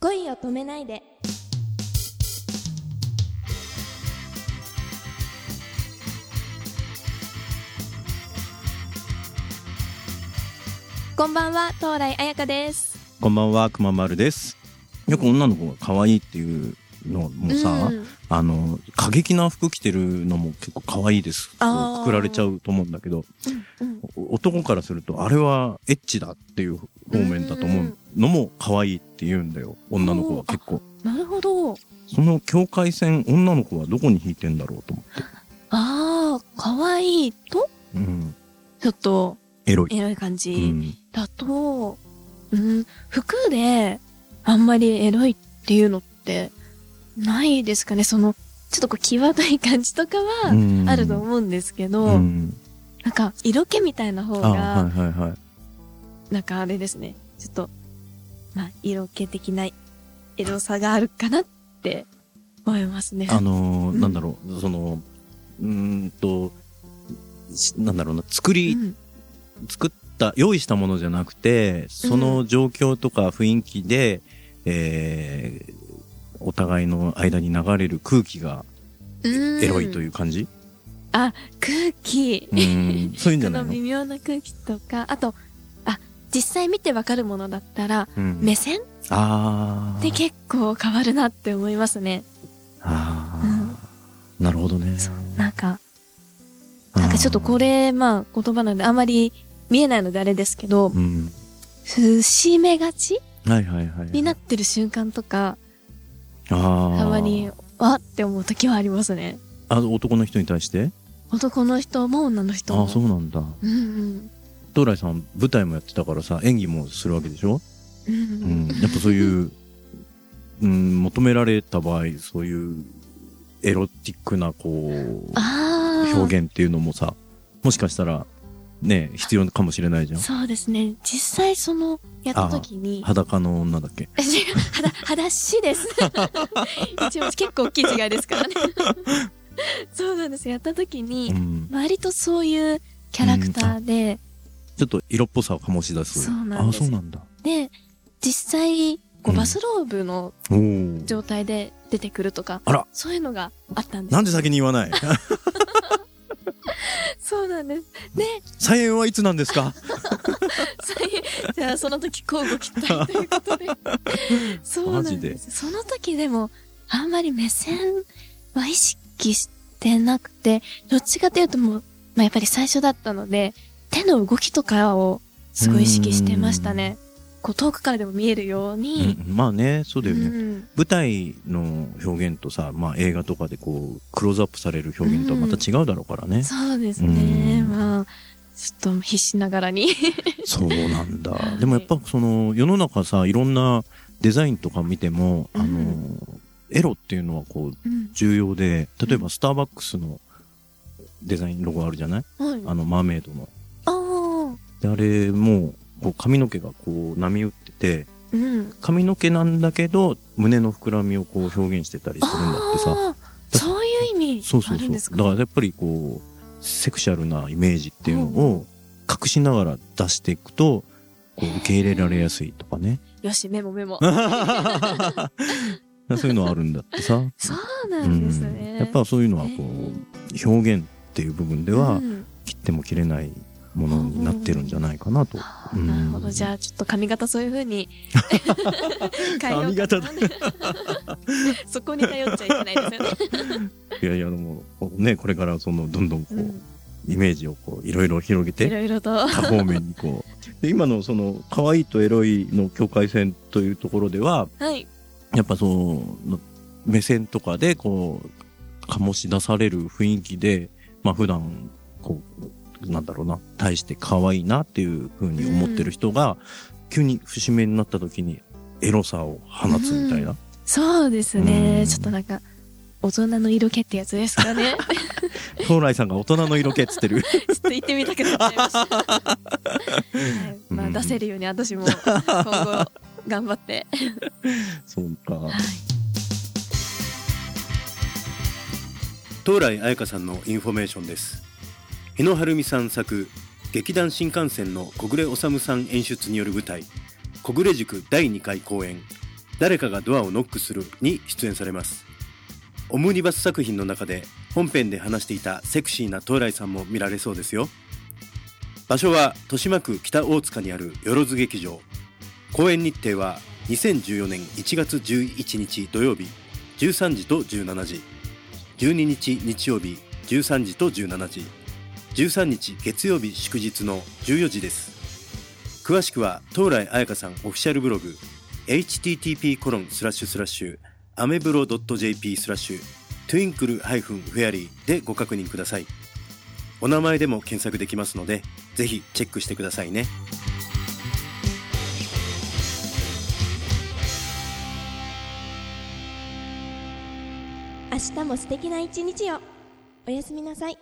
恋を止めないでこんばんは東来彩香ですこんばんは、くままるです。よく女の子が可愛いっていうのもさ、うんあの、過激な服着てるのも結構可愛いです。あーくくられちゃうと思うんだけど、うんお男からするとあれはエッチだっていう方面だと思うのも可愛いって言うんだよ、女の子は結構。なるほどその境界線、女の子はどこに引いてんだろうと思って。ああ可愛いとうん。ちょっとエロい。エロい感じ、うん。だと、うん、服であんまりエロいっていうのってないですかね。その、ちょっとこう、際どい感じとかはうんあると思うんですけど、うん。なんか、色気みたいな方あ、が、はいはいはい。なんかあれですね。ちょっと、まあ、色気的なエロさがあるかなって思いますね。あのーうんなんだろう、その、うーんと、しなんだろうな、作うり、ん、作った、用意したものじゃなくて、その状況とか雰囲気で、えーお互いの間に流れる空気がエロいとうん。いう 感じ、空気。うーん、そういうんじそゃないのの、微妙な空気とか、あと、あ、実際見てわかるものだったら、うん目線あでー結構変わるなって思いますね。あー、なるほどね。なんか、なんかちょっとこれ、まあ言葉なんであんまり見えないのであれですけどう、ん。伏し目がちはいはいはい。になってる瞬間とか、あーたまに、わって思う時はありますね。あ、男の人に対して男の人も女の人あも。あ、そうなんだ。うんうん。東来さん舞台もやってたからさ演技もするわけでしょ、うんううんん、やっぱそういう、うん、求められた場合そういうエロティックなこうああ。表現っていうのもさもしかしたらね必要かもしれないじゃんそうですね。実際その、やった時に、 裸の女だっけ違う裸、裸足です。 一応結構大きい違いですからね。 そうなんです。やった時にう、ん、割とそういうキャラクターで、ちょっと色っぽさを醸し出すそうなんですあそうなんだで、実際、こううんバスローブのおー状態で出てくるとか、あらそういうのがあったんです。なんで先に言わない そうなんです。再演はいつなんですかそういうじゃあその時交互期待ということで。そうなんです。その時でも、あんまり目線は意識してなくて、どっちかというともう、まあやっぱり最初だったので、手の動きとかをすごい意識してましたね。こう遠くからでも見えるように。うんまあねそうだよね、うん舞台の表現とさ、まあ、映画とかでこうクローズアップされる表現とはまた違うだろうからね、そうですね。うんまあ、ちょっと必死ながらに。そうなんだ、はいでもやっぱその世の中さいろんなデザインとか見ても、うんあのエロっていうのはこううん。重要で例えばスターバックスのデザインロゴあるじゃない はい。あのマーメイドのああ。であれもこう髪の毛がこう波打っててうん。髪の毛なんだけど胸の膨らみをこう表現してたりするんだってさああ。そういう意味そうそあうそるうんだですかからやっぱりこうセクシャルなイメージっていうのを隠しながら出していくとこう受け入れられやすいとか ねよし、メモメモ。そういうのはあるんだってさ、そうなうんですん、ね。やっぱそういうのはこう表現っていう部分ではうん切っても切れないものになってるんじゃないかなと。あうーんなるほど。じゃあ、ちょっと髪型そういう風 に変えよう髪か。型だそこに頼っちゃいけないですよ ね。いやいやでもこうねこれからそのどんどんこううんイメージをこういろいろ広げていろいろと。多方面にこう。で、今のその、可愛いとエロいの境界線というところでは、はい。やっぱその、目線とかで、こう、醸し出される雰囲気で、まあ普段、こう、なんだろうな、対して可愛いなっていうふうに思ってる人が、急に節目になった時に、エロさを放つみたいな。そうですねう。んちょっとなんか、大人の色気ってやつですか ね。東来さんが大人の色気っつってる。ちょっと行ってみたくなっちゃいま した。はいまあ、うん出せるように私も今後頑張 って。 そうか。東来彩香さんのインフォメーションです。日野晴美さん作、劇団新幹線の小暮治さん演出による舞台、小暮塾第2回公演、誰かがドアをノックするに出演されますオムニバス作品の中で本編で話していたセクシーな東来さんも見られそうですよ場所は豊島区北大塚にあるよろず劇場公演日程は2014年1月11日土曜日13時と17時12日日曜日13時と17時13日月曜日祝日の14時です詳しくは東来彩香さんオフィシャルブログ http コロンスラッシュスラッシュアメブロ .jp スラッシュトゥインクルハイフンフェアリーでご確認くださいお名前でも検索できますのでぜひチェックしてくださいね明日も素敵な一日をおやすみなさい